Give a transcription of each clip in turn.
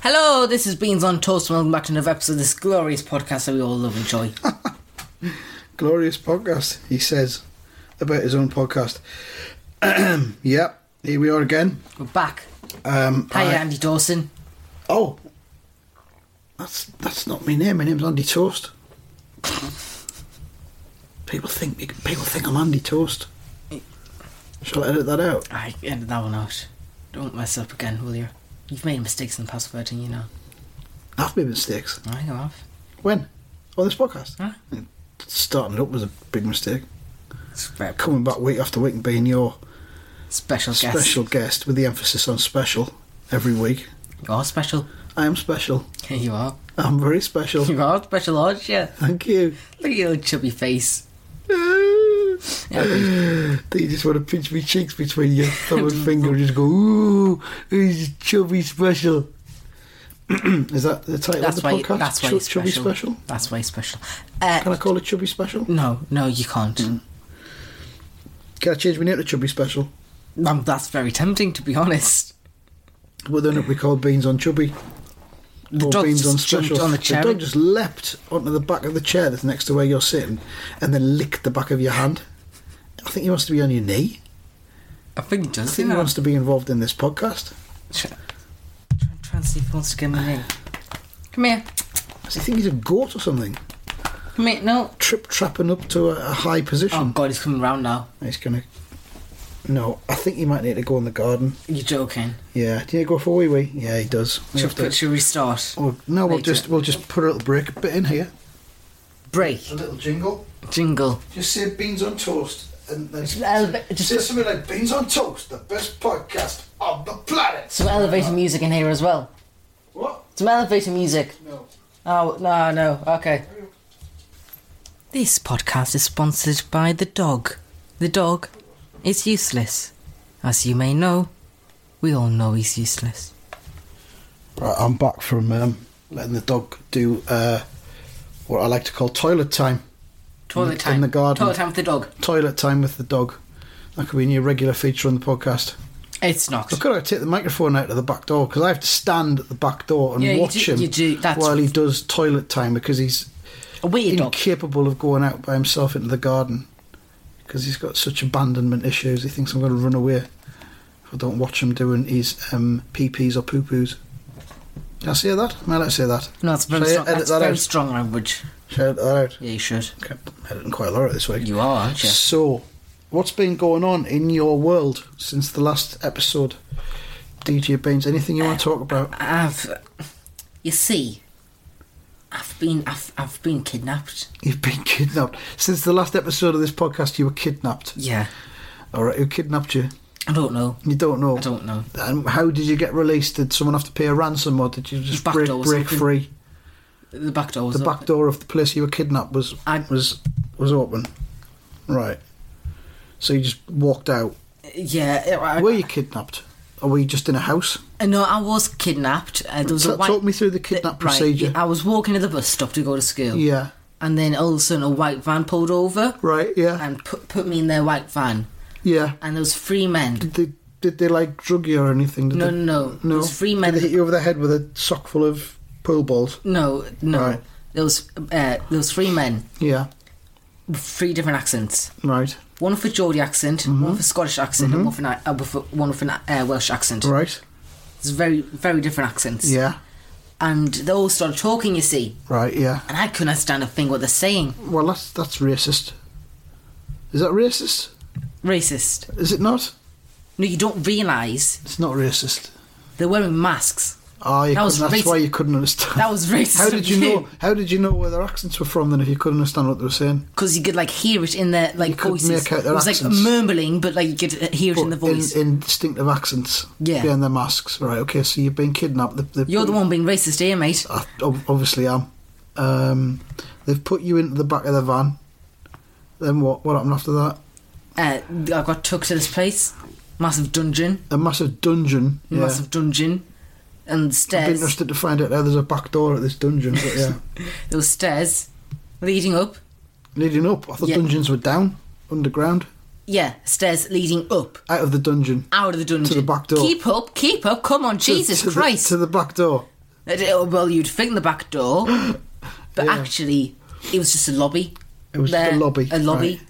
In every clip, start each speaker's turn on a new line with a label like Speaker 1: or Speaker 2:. Speaker 1: Hello, this is Beans on Toast, and welcome back to another episode of this glorious podcast that we all love and enjoy.
Speaker 2: Glorious podcast, he says about his own podcast. yep, here we are again.
Speaker 1: We're back.
Speaker 2: Um,
Speaker 1: Hi,
Speaker 2: I-
Speaker 1: Andy Dawson.
Speaker 2: Oh, that's that's not my name. My name's Andy Toast. People think people think I'm Andy Toast. Shall I edit that out?
Speaker 1: I ended that one out. Don't mess up again, will you? You've made mistakes in the past 13, you know.
Speaker 2: I've made mistakes.
Speaker 1: I go off.
Speaker 2: When? Oh, this podcast.
Speaker 1: Huh?
Speaker 2: Starting it up was a big mistake.
Speaker 1: Spe-
Speaker 2: Coming back week after week and being your
Speaker 1: special guest.
Speaker 2: special guest with the emphasis on special every week.
Speaker 1: You are special.
Speaker 2: I am special.
Speaker 1: you are.
Speaker 2: I'm very special.
Speaker 1: You are special, aren't you?
Speaker 2: Thank you.
Speaker 1: Look at your chubby face. Yeah, but-
Speaker 2: They just want to pinch me cheeks between your thumb and finger and just go, ooh, he's chubby special. Is that the title
Speaker 1: that's
Speaker 2: of the
Speaker 1: why.
Speaker 2: podcast?
Speaker 1: That's why.
Speaker 2: Chu-
Speaker 1: you're special.
Speaker 2: Chubby special?
Speaker 1: That's why you're special. Uh,
Speaker 2: Can I call it chubby special?
Speaker 1: no, no, you can't.
Speaker 2: Mm. Can I change my name to chubby special?
Speaker 1: Um, that's very tempting, to be honest.
Speaker 2: Well, then it would be called beans on chubby. or
Speaker 1: dog
Speaker 2: beans
Speaker 1: just
Speaker 2: on
Speaker 1: jumped
Speaker 2: special.
Speaker 1: on the chair.
Speaker 2: dog just leapt onto the back of the chair that's next to where you're sitting and then licked the back of your hand. I think he wants to be on your knee.
Speaker 1: I think he does.
Speaker 2: I think
Speaker 1: you
Speaker 2: he
Speaker 1: know.
Speaker 2: wants to be involved in this podcast.
Speaker 1: Try, try and see if he wants to give me a name. Come here.
Speaker 2: Does he think he's a goat or something?
Speaker 1: Come here. No.
Speaker 2: Trip trapping up to a, a high position.
Speaker 1: Oh, God, he's coming round now.
Speaker 2: He's gonna. No, I think he might need to go in the garden.
Speaker 1: You're joking.
Speaker 2: Yeah, do you go for a wee wee? Yeah, he does. We
Speaker 1: Should,
Speaker 2: have to-
Speaker 1: should we start?
Speaker 2: Well, no, we'll
Speaker 1: Later.
Speaker 2: just we'll just put a little break bit in here.
Speaker 1: Break.
Speaker 2: A little jingle.
Speaker 1: Jingle.
Speaker 2: Just say beans on toast, and then
Speaker 1: Some eleva-
Speaker 2: say
Speaker 1: just
Speaker 2: something like beans on toast, the best podcast on the planet.
Speaker 1: some elevator music in here as well.
Speaker 2: What?
Speaker 1: Some elevator music.
Speaker 2: No.
Speaker 1: Oh, no, no. Okay. This podcast is sponsored by The Dog. The Dog is useless. As you may know, we all know he's useless.
Speaker 2: Right, I'm back from um, letting the dog do uh, what I like to call toilet time.
Speaker 1: Toilet
Speaker 2: In the-
Speaker 1: time.
Speaker 2: in the garden.
Speaker 1: Toilet time with the dog.
Speaker 2: Toilet time with the dog. That could be a new regular feature on the podcast.
Speaker 1: It's not.
Speaker 2: I could have take the microphone out of the back door because I have to stand at the back door and
Speaker 1: Yeah, you
Speaker 2: watch
Speaker 1: do-
Speaker 2: him
Speaker 1: you do- that's-
Speaker 2: while he does toilet time because he's
Speaker 1: A weird dog.
Speaker 2: incapable of going out by himself into the garden because he's got such abandonment issues. He thinks I'm going to run away if I don't watch him doing his um, pee pees or poo poos. Can I say that? Am I allowed to say that?
Speaker 1: No, it's very
Speaker 2: Shall I
Speaker 1: strong.
Speaker 2: edit
Speaker 1: That's
Speaker 2: that
Speaker 1: very
Speaker 2: out?
Speaker 1: strong language.
Speaker 2: Should I edit that out?
Speaker 1: Yeah, you should.
Speaker 2: Okay, I'm editing quite a lot this week.
Speaker 1: You are, aren't you?
Speaker 2: So, what's been going on in your world since the last episode? DJ Beans, anything you want to talk about?
Speaker 1: I've, you see, I've been, I've, I've been kidnapped.
Speaker 2: You've been kidnapped. Since the last episode of this podcast, you were kidnapped.
Speaker 1: Yeah,
Speaker 2: All right, who kidnapped you?
Speaker 1: I don't know.
Speaker 2: You don't know.
Speaker 1: I don't know.
Speaker 2: And how did you get released? Did someone have to pay a ransom, or did you just
Speaker 1: Back
Speaker 2: break,
Speaker 1: door or
Speaker 2: break
Speaker 1: something.
Speaker 2: free?
Speaker 1: The back door was
Speaker 2: The
Speaker 1: open.
Speaker 2: back door of the place you were kidnapped was
Speaker 1: I-
Speaker 2: was was open. Right. So you just walked out.
Speaker 1: Yeah, it- I,
Speaker 2: Were you kidnapped? Or were you just in a house?
Speaker 1: no, I was kidnapped. Uh, there was
Speaker 2: Ta-
Speaker 1: a white,
Speaker 2: talk me through the kidnap
Speaker 1: right,
Speaker 2: procedure.
Speaker 1: I was walking to the bus stop to go to school,
Speaker 2: Yeah.
Speaker 1: and then all of a sudden a white van pulled over
Speaker 2: Right. Yeah.
Speaker 1: and put put me in their white van,
Speaker 2: yeah.
Speaker 1: and there was three men.
Speaker 2: Did they, did they like drug you or anything? Did
Speaker 1: No,
Speaker 2: they,
Speaker 1: no, no. There was three men.
Speaker 2: Did they hit you over the head with a sock full of pool balls?
Speaker 1: No, no.
Speaker 2: Right.
Speaker 1: There was uh, there was three men,
Speaker 2: Yeah.
Speaker 1: with three different accents.
Speaker 2: Right.
Speaker 1: one with a Geordie accent,
Speaker 2: Mm-hmm.
Speaker 1: one with a Scottish accent, and one with an, uh, with a- one with an uh, Welsh accent.
Speaker 2: Right.
Speaker 1: It's very, very different accents.
Speaker 2: Yeah.
Speaker 1: And they all started talking, you see,
Speaker 2: Right. Yeah.
Speaker 1: and I couldn't understand a thing what they're saying.
Speaker 2: Well, that's that's racist. Is that racist?
Speaker 1: Racist.
Speaker 2: Is it not?
Speaker 1: No, you don't realise
Speaker 2: It's not racist.
Speaker 1: they're wearing masks.
Speaker 2: Ah, you
Speaker 1: That was
Speaker 2: couldn't- that's why
Speaker 1: racist.
Speaker 2: you couldn't understand.
Speaker 1: That was racist.
Speaker 2: How did you know? How did you know where their accents were from? Then, if you couldn't understand what they were saying,
Speaker 1: Because you could like hear it in their like
Speaker 2: You could
Speaker 1: voices.
Speaker 2: make out their
Speaker 1: it was like
Speaker 2: accents.
Speaker 1: mumbling, but like you could uh, hear it in the
Speaker 2: But
Speaker 1: voice.
Speaker 2: in, in distinctive accents,
Speaker 1: Yeah.
Speaker 2: behind their masks. Right. Okay. So you've been kidnapped. They- they
Speaker 1: You're the
Speaker 2: put-
Speaker 1: one being racist here, mate.
Speaker 2: I ob- obviously am. Um, they've put you into the back of the van. Then what? What happened after that?
Speaker 1: Uh, I got took to this place, massive dungeon,
Speaker 2: A massive dungeon. Yeah.
Speaker 1: massive dungeon, and
Speaker 2: I'd be
Speaker 1: stairs.
Speaker 2: interested to find out how there's a back door at this dungeon. But yeah.
Speaker 1: Those stairs leading up.
Speaker 2: Leading up, I thought
Speaker 1: Yeah.
Speaker 2: dungeons were down, underground,
Speaker 1: Yeah, stairs leading up
Speaker 2: out of the dungeon,
Speaker 1: out of the dungeon
Speaker 2: To the back door.
Speaker 1: Keep up, keep up. Come on, Jesus
Speaker 2: to, to
Speaker 1: Christ!
Speaker 2: the, to the back door.
Speaker 1: Uh, Well, you'd think the back door, but
Speaker 2: Yeah.
Speaker 1: actually, it was just a lobby.
Speaker 2: It was
Speaker 1: there,
Speaker 2: the lobby.
Speaker 1: A lobby.
Speaker 2: right.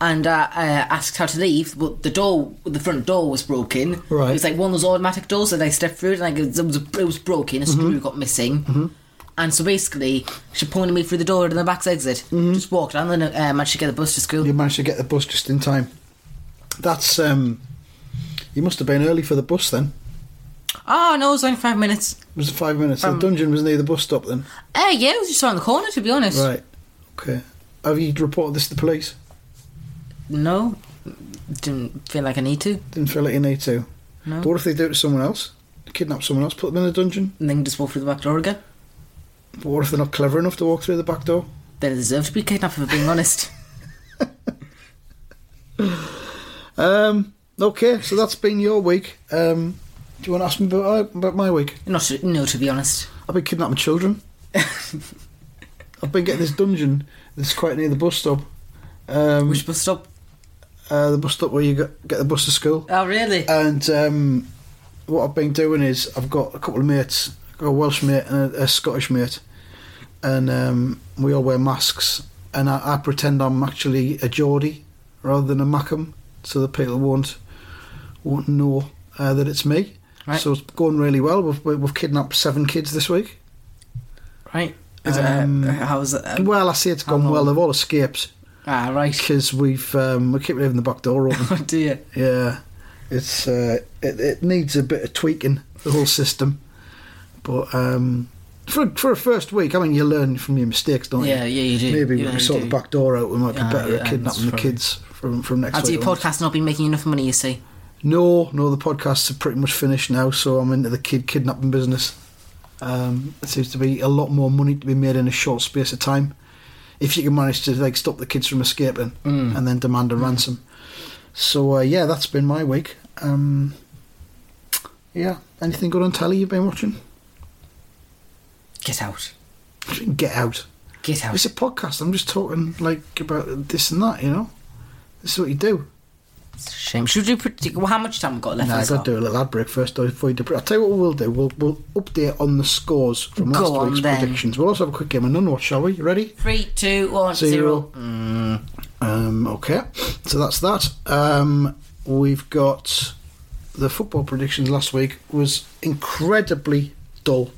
Speaker 1: And I, I asked how to leave, but the door, the front door was broken.
Speaker 2: Right.
Speaker 1: It was like one of those automatic doors that I stepped through, and like it was, it was broken.
Speaker 2: Mm-hmm.
Speaker 1: A screw got missing. And so basically, she pointed me through the door to the back exit.
Speaker 2: Mm-hmm.
Speaker 1: Just walked, and then uh, managed to get the bus to school.
Speaker 2: You managed to get the bus just in time. That's um. You must have been early for the bus then.
Speaker 1: Oh no, it was only five minutes.
Speaker 2: It was five minutes.
Speaker 1: Um,
Speaker 2: the dungeon was near the bus stop then.
Speaker 1: Uh, yeah, it was just around the corner. To be honest,
Speaker 2: Right. Okay. Have you reported this to the police?
Speaker 1: no, didn't feel like I need to.
Speaker 2: Didn't feel like you need to.
Speaker 1: No,
Speaker 2: But what if they do it to someone else? Kidnap someone else, put them in a dungeon?
Speaker 1: and then just walk through the back door again.
Speaker 2: But what if they're not clever enough to walk through the back door?
Speaker 1: They deserve to be kidnapped, for being honest.
Speaker 2: Um, okay, so that's been your week. Um, do you want to ask me about, uh, about my week?
Speaker 1: Not to, no, to be honest.
Speaker 2: I've been kidnapping children. I've been getting this dungeon that's quite near the bus stop. Um,
Speaker 1: Which bus stop?
Speaker 2: uh, the bus stop where you get, get the bus to school.
Speaker 1: Oh, really?
Speaker 2: And um, what I've been doing is I've got a couple of mates, I've got a Welsh mate and a, a Scottish mate, and um, we all wear masks. And I, I pretend I'm actually a Geordie rather than a Macam, so the people won't won't know uh, that it's me.
Speaker 1: Right.
Speaker 2: So it's going really well. We've, we've kidnapped seven kids this week.
Speaker 1: right.
Speaker 2: um,
Speaker 1: uh, how was it? Um,
Speaker 2: well, I say it's
Speaker 1: how
Speaker 2: gone well.
Speaker 1: long?
Speaker 2: They've all escaped
Speaker 1: ah, right.
Speaker 2: because we've um, we keep leaving the back door open.
Speaker 1: Oh dear.
Speaker 2: Yeah, it's uh, it, it needs a bit of tweaking the whole system, but um, for for a first week, I mean, you learn from your mistakes, don't
Speaker 1: Yeah, yeah,
Speaker 2: you?
Speaker 1: you do.
Speaker 2: Maybe
Speaker 1: you
Speaker 2: when we
Speaker 1: really
Speaker 2: sort
Speaker 1: do.
Speaker 2: the back door out, we might be
Speaker 1: Ah,
Speaker 2: better
Speaker 1: yeah,
Speaker 2: at
Speaker 1: that's
Speaker 2: kidnapping the
Speaker 1: probably-
Speaker 2: kids from from next
Speaker 1: Has
Speaker 2: week.
Speaker 1: your podcast not been making enough money? You see?
Speaker 2: No, no, the podcasts are pretty much finished now, so I'm into the kid kidnapping business. Um, there seems to be a lot more money to be made in a short space of time if you can manage to like stop the kids from escaping
Speaker 1: Mm.
Speaker 2: and then demand a ransom. So uh, yeah, that's been my week. Um, yeah, anything good on telly you've been watching?
Speaker 1: Get out.
Speaker 2: Get out.
Speaker 1: Get out.
Speaker 2: It's a podcast. I'm just talking like about this and that. You know, this is what you do.
Speaker 1: It's a shame. Should we do? Pretty, well, how much time we got left?
Speaker 2: No,
Speaker 1: in
Speaker 2: I
Speaker 1: this
Speaker 2: got to do a little ad break first. Though, before you do, I'll tell you what we'll do. We'll, we'll update on the scores from
Speaker 1: Go
Speaker 2: last
Speaker 1: on
Speaker 2: week's
Speaker 1: then.
Speaker 2: predictions. We'll also have a quick game of Nunwatch, shall we? You ready?
Speaker 1: lot? Three, two, one,
Speaker 2: Zero.
Speaker 1: zero. Mm.
Speaker 2: Um, okay, so that's that. Um, we've got the football predictions last week was incredibly dull.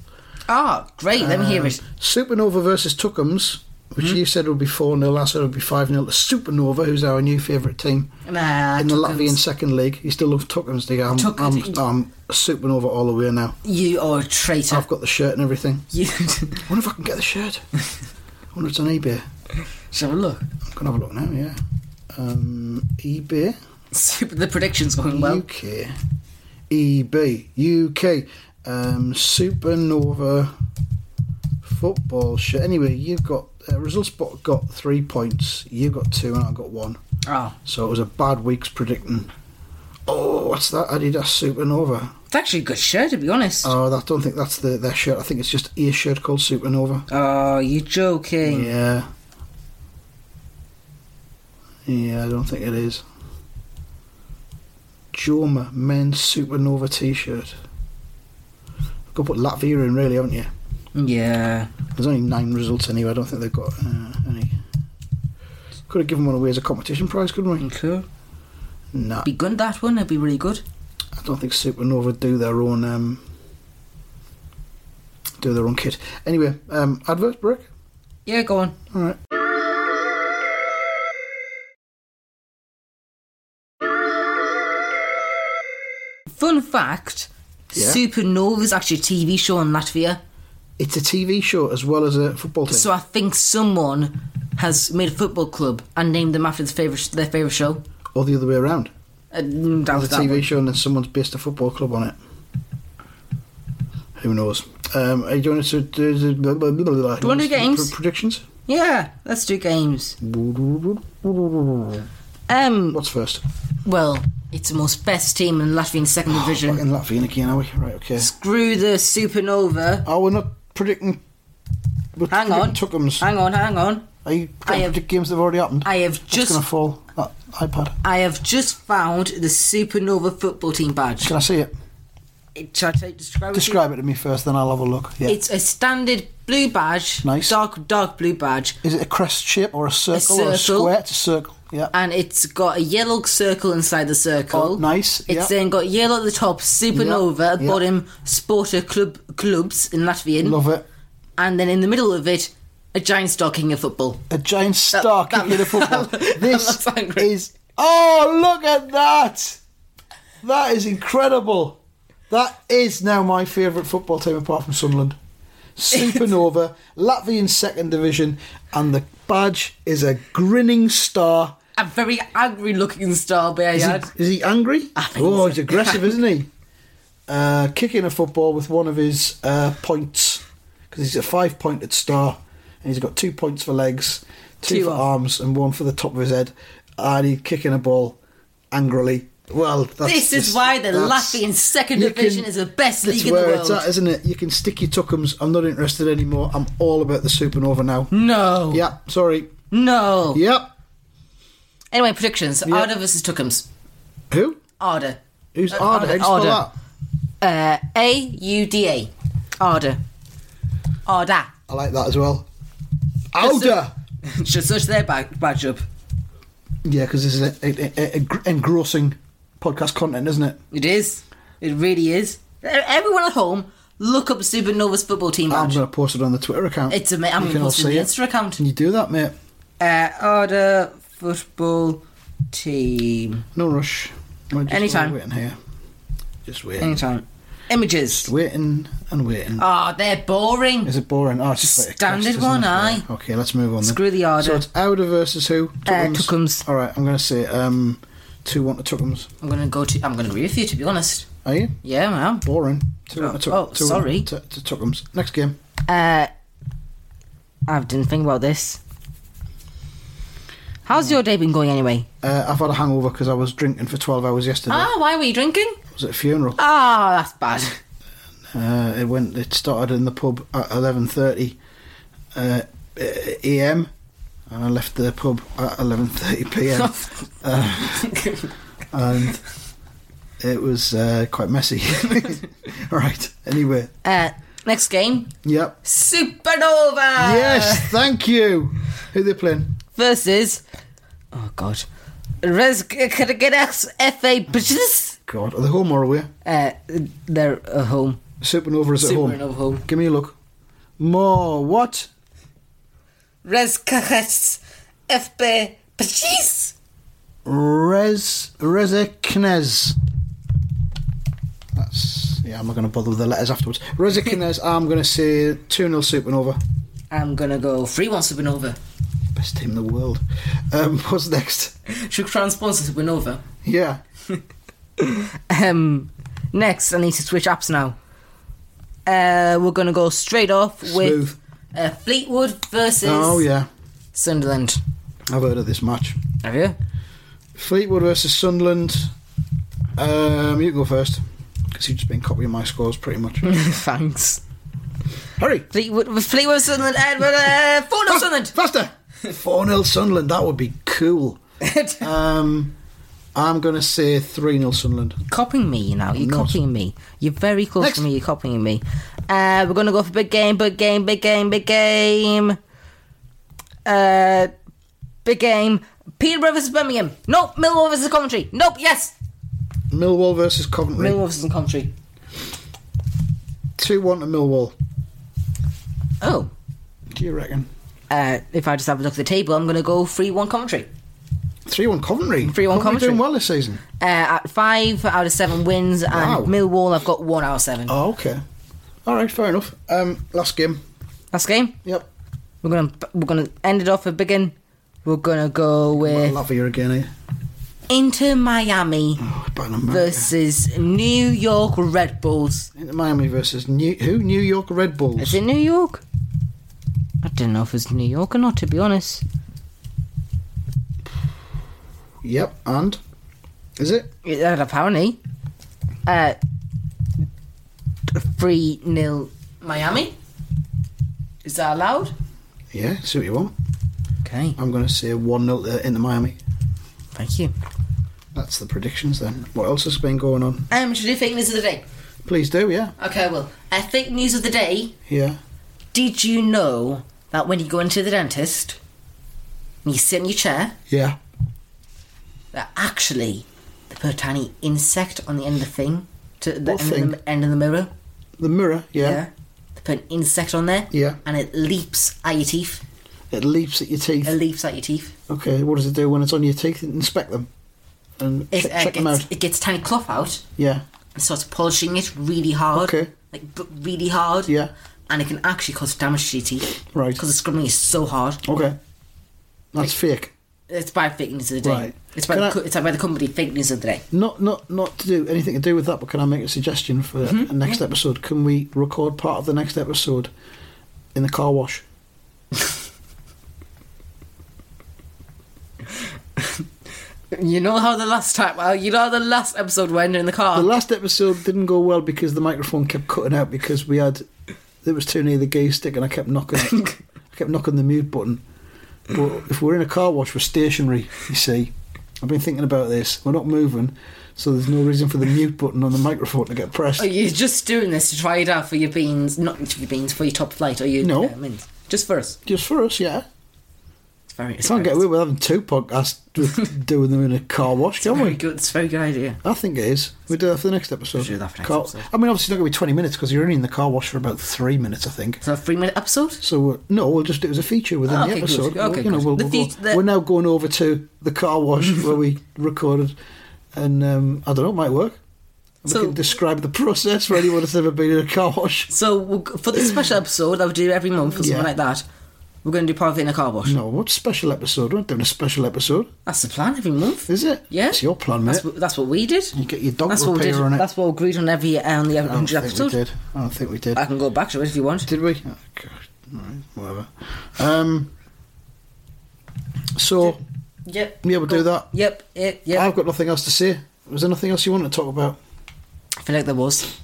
Speaker 1: Ah, great. Let me hear
Speaker 2: Um,
Speaker 1: it.
Speaker 2: Supernova versus Tuckums, which
Speaker 1: Hmm?
Speaker 2: you said would be 4 0, I said would be 5 0. Supernova, who's our new favourite team
Speaker 1: Nah,
Speaker 2: Um, in the
Speaker 1: Tuckums.
Speaker 2: Latvian second league, he still loves Tuckums. Digga. I'm,
Speaker 1: Tuck-
Speaker 2: I'm, I'm um, Supernova all the way now.
Speaker 1: You are a traitor.
Speaker 2: I've got the shirt and everything.
Speaker 1: You
Speaker 2: I wonder if I can get the shirt. I wonder if it's on eBay.
Speaker 1: shall we look.
Speaker 2: I'm going to have a look now, yeah. Um, eBay,
Speaker 1: Super. The prediction's going well.
Speaker 2: UK, E EB, UK, um, Supernova football shirt. Anyway, you've got, uh, ResultSpot got three points, you got two, and I got one.
Speaker 1: Oh,
Speaker 2: So it was a bad week's predicting. Oh, what's that? Adidas Supernova.
Speaker 1: it's actually a good show, to be honest.
Speaker 2: Oh, I don't think that's the, their shirt. I think it's just a shirt called Supernova.
Speaker 1: Oh, you're joking.
Speaker 2: Yeah. Yeah, I don't think it is. Joma men's supernova T-shirt. Got to put Latvia in, really, haven't you?
Speaker 1: Yeah.
Speaker 2: There's only nine results anyway. I don't think they've got uh, any. Could have given one away as a competition prize, couldn't we?
Speaker 1: Okay.
Speaker 2: Nah,
Speaker 1: Be good that one. It'd be really good.
Speaker 2: I don't think Supernova do their own um, do their own kit. Anyway, um, advert break.
Speaker 1: Yeah, go on.
Speaker 2: All right.
Speaker 1: Fun fact:
Speaker 2: Yeah.
Speaker 1: Supernova is actually a TV show in Latvia.
Speaker 2: It's a TV show as well as a football team.
Speaker 1: So I think someone has made a football club and named them after their favorite their favorite show.
Speaker 2: or the other way around.
Speaker 1: And that was
Speaker 2: There's
Speaker 1: that
Speaker 2: a TV
Speaker 1: one.
Speaker 2: show and then someone's based a football club on it. Who knows? Um, are you doing it to do, do, blah, blah, blah, blah,
Speaker 1: Do you want to do games?
Speaker 2: Pr- predictions?
Speaker 1: Yeah, let's do games. Um,
Speaker 2: What's first?
Speaker 1: well, it's the most best team in Latvian second
Speaker 2: Back
Speaker 1: division.
Speaker 2: in Latvian again, are we? Right, okay.
Speaker 1: Screw the Supernova.
Speaker 2: Oh, we're not predicting. We're
Speaker 1: Hang
Speaker 2: predicting
Speaker 1: on.
Speaker 2: Tuckums.
Speaker 1: Hang on, hang on.
Speaker 2: Are you
Speaker 1: I
Speaker 2: going to
Speaker 1: have-
Speaker 2: predict games that have already happened?
Speaker 1: I have
Speaker 2: It's
Speaker 1: just
Speaker 2: going to fall. That iPad.
Speaker 1: I have just found the Supernova football team badge.
Speaker 2: Can I see it?
Speaker 1: it, shall I tell- describe it? to you?
Speaker 2: Describe it to me first, then I'll have a look. Yeah.
Speaker 1: It's a standard blue badge.
Speaker 2: Nice.
Speaker 1: Dark, dark blue badge.
Speaker 2: Is it a crest shape or a circle, or a
Speaker 1: circle.
Speaker 2: square? It's a circle. Yeah.
Speaker 1: And it's got a yellow circle inside the circle.
Speaker 2: Oh, nice,
Speaker 1: It's
Speaker 2: yeah.
Speaker 1: then got yellow at the top, supernova at
Speaker 2: yeah.
Speaker 1: bottom, Sporter Club Clubs in Latvian.
Speaker 2: Love it.
Speaker 1: And then in the middle of it, a giant stocking of football.
Speaker 2: A giant star
Speaker 1: that-
Speaker 2: kicking a football.
Speaker 1: that
Speaker 2: this
Speaker 1: looks angry.
Speaker 2: is. Oh, look at that! That is incredible. That is now my favourite football team apart from Sunderland. Supernova, Latvian second division, and the badge is a grinning star.
Speaker 1: A very angry looking star bear
Speaker 2: Is,
Speaker 1: yard.
Speaker 2: he, is he angry? Oh, he's aggressive, isn't he? Uh, kicking a football with one of his uh, points because he's a five pointed star and he's got two points for legs, two,
Speaker 1: Two
Speaker 2: for
Speaker 1: off.
Speaker 2: arms, and one for the top of his head. And he's kicking a ball angrily. Well, that's
Speaker 1: This is
Speaker 2: just-
Speaker 1: why the
Speaker 2: that's-
Speaker 1: Latvian second
Speaker 2: you
Speaker 1: division
Speaker 2: can-
Speaker 1: is the best
Speaker 2: that's
Speaker 1: league in the
Speaker 2: where It's
Speaker 1: world.
Speaker 2: at, isn't it? You can stick your tuckums. I'm not interested anymore. I'm all about the supernova now.
Speaker 1: No.
Speaker 2: Yep, sorry.
Speaker 1: No.
Speaker 2: Yep.
Speaker 1: Anyway, predictions. Arda versus Tuckums.
Speaker 2: Who?
Speaker 1: Arda.
Speaker 2: Who's
Speaker 1: Uh,
Speaker 2: Arda? How do you spell
Speaker 1: Arda.
Speaker 2: that?
Speaker 1: Uh, A U D A. Arda. Arda.
Speaker 2: I like that as well. Alda!
Speaker 1: Should search their bad badge up.
Speaker 2: Yeah, because this is a, a, a, a gr- engrossing podcast content, isn't it?
Speaker 1: It is. It really is. E- Everyone at home, look up Supernova's football team
Speaker 2: I'm
Speaker 1: badge.
Speaker 2: going to post it on the Twitter account.
Speaker 1: It's ama- I'm
Speaker 2: You
Speaker 1: gonna
Speaker 2: can all
Speaker 1: post it on
Speaker 2: see
Speaker 1: the Insta account.
Speaker 2: Can you do that, mate?
Speaker 1: Uh, Arda football team.
Speaker 2: No rush. We're just
Speaker 1: Anytime.
Speaker 2: Waiting here. Just waiting.
Speaker 1: Anytime. Images.
Speaker 2: Just waiting and waiting.
Speaker 1: Ah, they're boring.
Speaker 2: Is it boring? Oh, it's just like a
Speaker 1: Standard
Speaker 2: text, isn't
Speaker 1: one,
Speaker 2: it?
Speaker 1: aye.
Speaker 2: Okay, let's move on. then.
Speaker 1: Screw the order. Uh,
Speaker 2: So it's Outer versus who?
Speaker 1: Tuckums.
Speaker 2: All right, I'm going to say um, two one to Tuckums.
Speaker 1: I'm gonna go to. I'm gonna agree with you, to be honest.
Speaker 2: Are you
Speaker 1: Yeah, I am.
Speaker 2: boring? Two one to Tuck-
Speaker 1: Oh,
Speaker 2: two one
Speaker 1: sorry.
Speaker 2: to, to Tuckums. Next game.
Speaker 1: Uh, I didn't think about this. How's your day been going anyway?
Speaker 2: Uh, I've had a hangover because I was drinking for 12 hours yesterday.
Speaker 1: Ah, why were you drinking?
Speaker 2: I was at a funeral.
Speaker 1: Ah, that's bad.
Speaker 2: Uh, it went. It started in the pub at eleven thirty uh, a.m. and I left the pub at eleven thirty p.m. Uh. and it was uh, quite messy. All right. Anyway,
Speaker 1: uh, next game,
Speaker 2: yep.
Speaker 1: Supernova.
Speaker 2: yes, thank you. Who they playing?
Speaker 1: Versus, oh god, Res Karagedax FA bitches.
Speaker 2: God, are they home or away?
Speaker 1: Uh, they're at home.
Speaker 2: Supernova is at home.
Speaker 1: Supernova home.
Speaker 2: Give me a look. More what?
Speaker 1: Res Karagedax FB bitches.
Speaker 2: Rez Rezeknez. That's yeah. I'm not going to bother with the letters afterwards. Rezeknez. I'm going to say two 0 Supernova.
Speaker 1: I'm gonna go three one Supernova.
Speaker 2: Best team in the world. Um, what's next?
Speaker 1: Should try and sponsor Supernova.
Speaker 2: Yeah.
Speaker 1: Um, next, I need to switch apps now. Uh, we're gonna go straight off
Speaker 2: Smooth.
Speaker 1: with uh, Fleetwood versus
Speaker 2: Oh yeah.
Speaker 1: Sunderland.
Speaker 2: I've heard of this match.
Speaker 1: Have you?
Speaker 2: Fleetwood versus Sunderland. Um, you can go first because you've just been copying my scores pretty much.
Speaker 1: Hmm. Thanks.
Speaker 2: Hurry.
Speaker 1: Fleetwood, Fleetwood Sunderland, Edward, uh, four nil Sunderland.
Speaker 2: Faster. Four 0 Sunderland. That would be cool. Um, I'm going to say three 0 Sunderland.
Speaker 1: copying me, you know. You're
Speaker 2: not.
Speaker 1: copying me. You're very close
Speaker 2: Next.
Speaker 1: to me. You're copying me. Uh, we're gonna go for big game, big game, big game, big game. Uh, big game. Peterborough versus Birmingham. Nope. Millwall versus Coventry. Nope. Yes.
Speaker 2: Millwall versus Coventry.
Speaker 1: Millwall versus Coventry.
Speaker 2: Two one to Millwall.
Speaker 1: Oh.
Speaker 2: Do you reckon?
Speaker 1: Uh, if I just have a look at the table, I'm going to go 3 1 Coventry.
Speaker 2: Three one Coventry.
Speaker 1: 3-1 Coventry.
Speaker 2: doing well this season.
Speaker 1: Uh, at 5 out of 7 wins, and
Speaker 2: Wow.
Speaker 1: Millwall, I've got 1 out of 7.
Speaker 2: Oh, okay. All right, fair enough. Um, last game.
Speaker 1: Last game.
Speaker 2: Yep.
Speaker 1: We're gonna we're gonna end it off with Biggin. We're gonna go
Speaker 2: Well,
Speaker 1: with
Speaker 2: Latvia again. Eh?
Speaker 1: Inter Miami
Speaker 2: Oh, Bayern America.
Speaker 1: versus New York Red Bulls.
Speaker 2: Inter Miami versus New who? New York Red Bulls.
Speaker 1: Is it New York? I don't know if it's New York or not. To be honest,
Speaker 2: Yep. And is it?
Speaker 1: It- uh, apparently, uh, three 0 Miami. Is that allowed?
Speaker 2: Yeah. See what you want.
Speaker 1: Okay,
Speaker 2: I'm going to say one 0 to Inter Miami.
Speaker 1: thank you.
Speaker 2: That's the predictions then. What else has been going on?
Speaker 1: Um, should we do fake news of the day?
Speaker 2: Please do, yeah.
Speaker 1: Okay, I will. Uh, fake news of the day.
Speaker 2: Yeah.
Speaker 1: Did you know that when you go into the dentist and you sit in your chair,
Speaker 2: Yeah.
Speaker 1: that actually they put a tiny insect on the end of the thing, to the,
Speaker 2: What
Speaker 1: end, Of
Speaker 2: thing?
Speaker 1: the end of the mirror?
Speaker 2: The mirror, yeah.
Speaker 1: They put an insect on there
Speaker 2: Yeah.
Speaker 1: and it leaps at your teeth.
Speaker 2: It leaps at your teeth.
Speaker 1: It leaps at your teeth.
Speaker 2: okay, what does it do when it's on your teeth? Inspect them. And
Speaker 1: It,
Speaker 2: check,
Speaker 1: uh,
Speaker 2: check them
Speaker 1: gets,
Speaker 2: out.
Speaker 1: it gets a tiny cloth out
Speaker 2: Yeah.
Speaker 1: and starts polishing it really hard.
Speaker 2: Okay.
Speaker 1: Like, b- really hard.
Speaker 2: Yeah.
Speaker 1: And it can actually cause damage to your teeth.
Speaker 2: Right.
Speaker 1: Because the scribbling is so hard.
Speaker 2: Okay. That's fake.
Speaker 1: It's by Fake News of the Day.
Speaker 2: Right.
Speaker 1: It's, by
Speaker 2: Can
Speaker 1: the,
Speaker 2: I-
Speaker 1: co- it's by the company Fake News of the Day.
Speaker 2: Not not not to do anything to do with that, but can I make a suggestion for a next episode? Can we record part of the next episode in the car wash?
Speaker 1: You know how the last time, well, you know how the last episode went in the car?
Speaker 2: The last episode didn't go well because the microphone kept cutting out because we had it was too near the gay stick and I kept knocking it. I kept knocking the mute button. But if we're in a car wash, we're stationary. You see, I've been thinking about this. We're not moving, so there's no reason for the mute button on the microphone to get pressed.
Speaker 1: Are you just doing this to try it out for your beans? Not for your beans, for your top flight, or your
Speaker 2: No.
Speaker 1: uh, mince? Just for us.
Speaker 2: Just for us, yeah.
Speaker 1: It's very. It's
Speaker 2: Can't
Speaker 1: very,
Speaker 2: get away with having two podcasts with doing them in a car wash,
Speaker 1: it's
Speaker 2: can
Speaker 1: very
Speaker 2: we?
Speaker 1: good. It's a very good idea.
Speaker 2: I think it is. We do that for the next episode.
Speaker 1: do that for next
Speaker 2: Car-
Speaker 1: episode.
Speaker 2: I mean, obviously, it's not going to be twenty minutes because you're only in the car wash for about three minutes, I think.
Speaker 1: So a three minute episode.
Speaker 2: So uh, no, we'll just do it as a feature within
Speaker 1: Ah,
Speaker 2: the
Speaker 1: okay, good.
Speaker 2: episode.
Speaker 1: Okay,
Speaker 2: you know,
Speaker 1: good.
Speaker 2: we'll,
Speaker 1: The
Speaker 2: we'll go-
Speaker 1: feat- the-
Speaker 2: we're now going over to the car wash where we recorded, and um, I don't know, it might work. We
Speaker 1: So-
Speaker 2: can describe the process for anyone that's ever been in a car wash.
Speaker 1: So we'll, g- for this special episode that we do every month or something
Speaker 2: Yeah.
Speaker 1: like that, we're going to do part of it in a car wash.
Speaker 2: No, what special episode? We're not doing a special episode,
Speaker 1: That's the plan every month.
Speaker 2: is it?
Speaker 1: Yeah.
Speaker 2: it's your plan, mate.
Speaker 1: That's what, that's what we did.
Speaker 2: You get your dog
Speaker 1: That's
Speaker 2: to
Speaker 1: what we
Speaker 2: appear
Speaker 1: did.
Speaker 2: on it.
Speaker 1: That's what we agreed on every uh, on the
Speaker 2: I don't
Speaker 1: 100
Speaker 2: think we
Speaker 1: episode.
Speaker 2: did. I don't think we did.
Speaker 1: I can go back to it if you want.
Speaker 2: Did we? Oh, God. All right, whatever. Um, so,
Speaker 1: Yep.
Speaker 2: yeah, we'll do that.
Speaker 1: Yep. Yep. Yep.
Speaker 2: I've got nothing else to say. Was there nothing else you wanted to talk about?
Speaker 1: I feel like there was.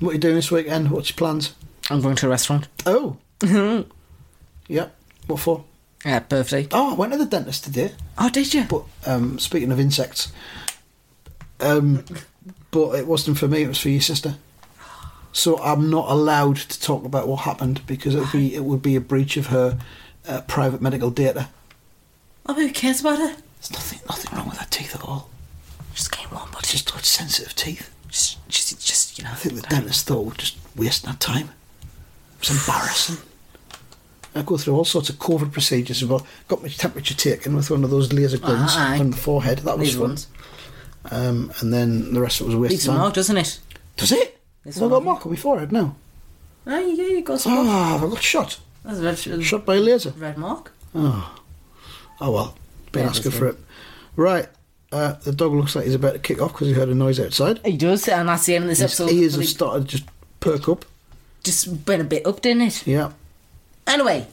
Speaker 2: What are you doing this weekend? What's your plans?
Speaker 1: I'm going to a restaurant.
Speaker 2: Oh. yeah. What for?
Speaker 1: Mm-hmm. Yeah, birthday.
Speaker 2: Oh, I went to the dentist today.
Speaker 1: Oh, did you?
Speaker 2: But um, speaking of insects, um, but it wasn't for me. It was for your sister. So I'm not allowed to talk about what happened because it would be it would be a breach of her uh, private medical data.
Speaker 1: Oh, who cares about it?
Speaker 2: There's nothing nothing wrong with her teeth at all.
Speaker 1: Just came one, but
Speaker 2: It's just got sensitive teeth.
Speaker 1: just, just, just you know.
Speaker 2: I think the dentist thought we're just wasting our time. It's embarrassing. I go through all sorts of COVID procedures. Well, got my temperature taken with one of those laser guns
Speaker 1: Ah, aye.
Speaker 2: on the forehead. That was
Speaker 1: These
Speaker 2: fun.
Speaker 1: ones.
Speaker 2: Um, and then the rest of it was a waste
Speaker 1: Leaves
Speaker 2: of
Speaker 1: a
Speaker 2: time.
Speaker 1: mark, doesn't it?
Speaker 2: Does it?
Speaker 1: This
Speaker 2: Have I got a
Speaker 1: one.
Speaker 2: mark on my forehead now?
Speaker 1: Oh, yeah, you got some. mark.
Speaker 2: Ah, have I got shot?
Speaker 1: That's a red,
Speaker 2: Shot by a laser?
Speaker 1: red mark.
Speaker 2: Oh, oh well. Been
Speaker 1: Yeah,
Speaker 2: asking
Speaker 1: that's
Speaker 2: for it. Right. Uh, the dog looks like he's about to kick off because he heard a noise outside.
Speaker 1: He does, and that's the end of this
Speaker 2: His
Speaker 1: episode.
Speaker 2: ears
Speaker 1: But
Speaker 2: have
Speaker 1: he
Speaker 2: started just perk up.
Speaker 1: just been a bit up, didn't it?
Speaker 2: Yeah.
Speaker 1: Anyway,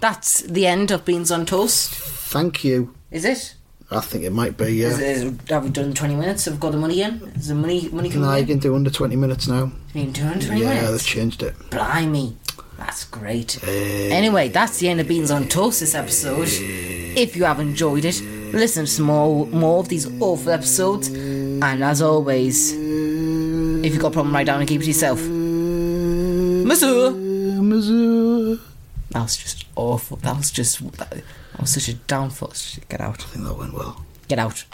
Speaker 1: that's the end of Beans on Toast.
Speaker 2: Thank you.
Speaker 1: Is it?
Speaker 2: I think it might be. uh, Yeah.
Speaker 1: Is it have we done 20 minutes? Have we got the money in? Is the money money
Speaker 2: No, you
Speaker 1: coming in?
Speaker 2: can do under 20 minutes now.
Speaker 1: Been doing 20
Speaker 2: yeah, they've
Speaker 1: minutes?
Speaker 2: changed it.
Speaker 1: Blimey. That's great. Anyway, that's the end of Beans on Toast this episode. If you have enjoyed it, listen to some more, more of these awful episodes. And as always, if you've got a problem, write down and keep it to yourself. Mazur!
Speaker 2: Mazur.
Speaker 1: That was just awful. That was just. That, that was such a downfall. Get out.
Speaker 2: I think that went well.
Speaker 1: Get out.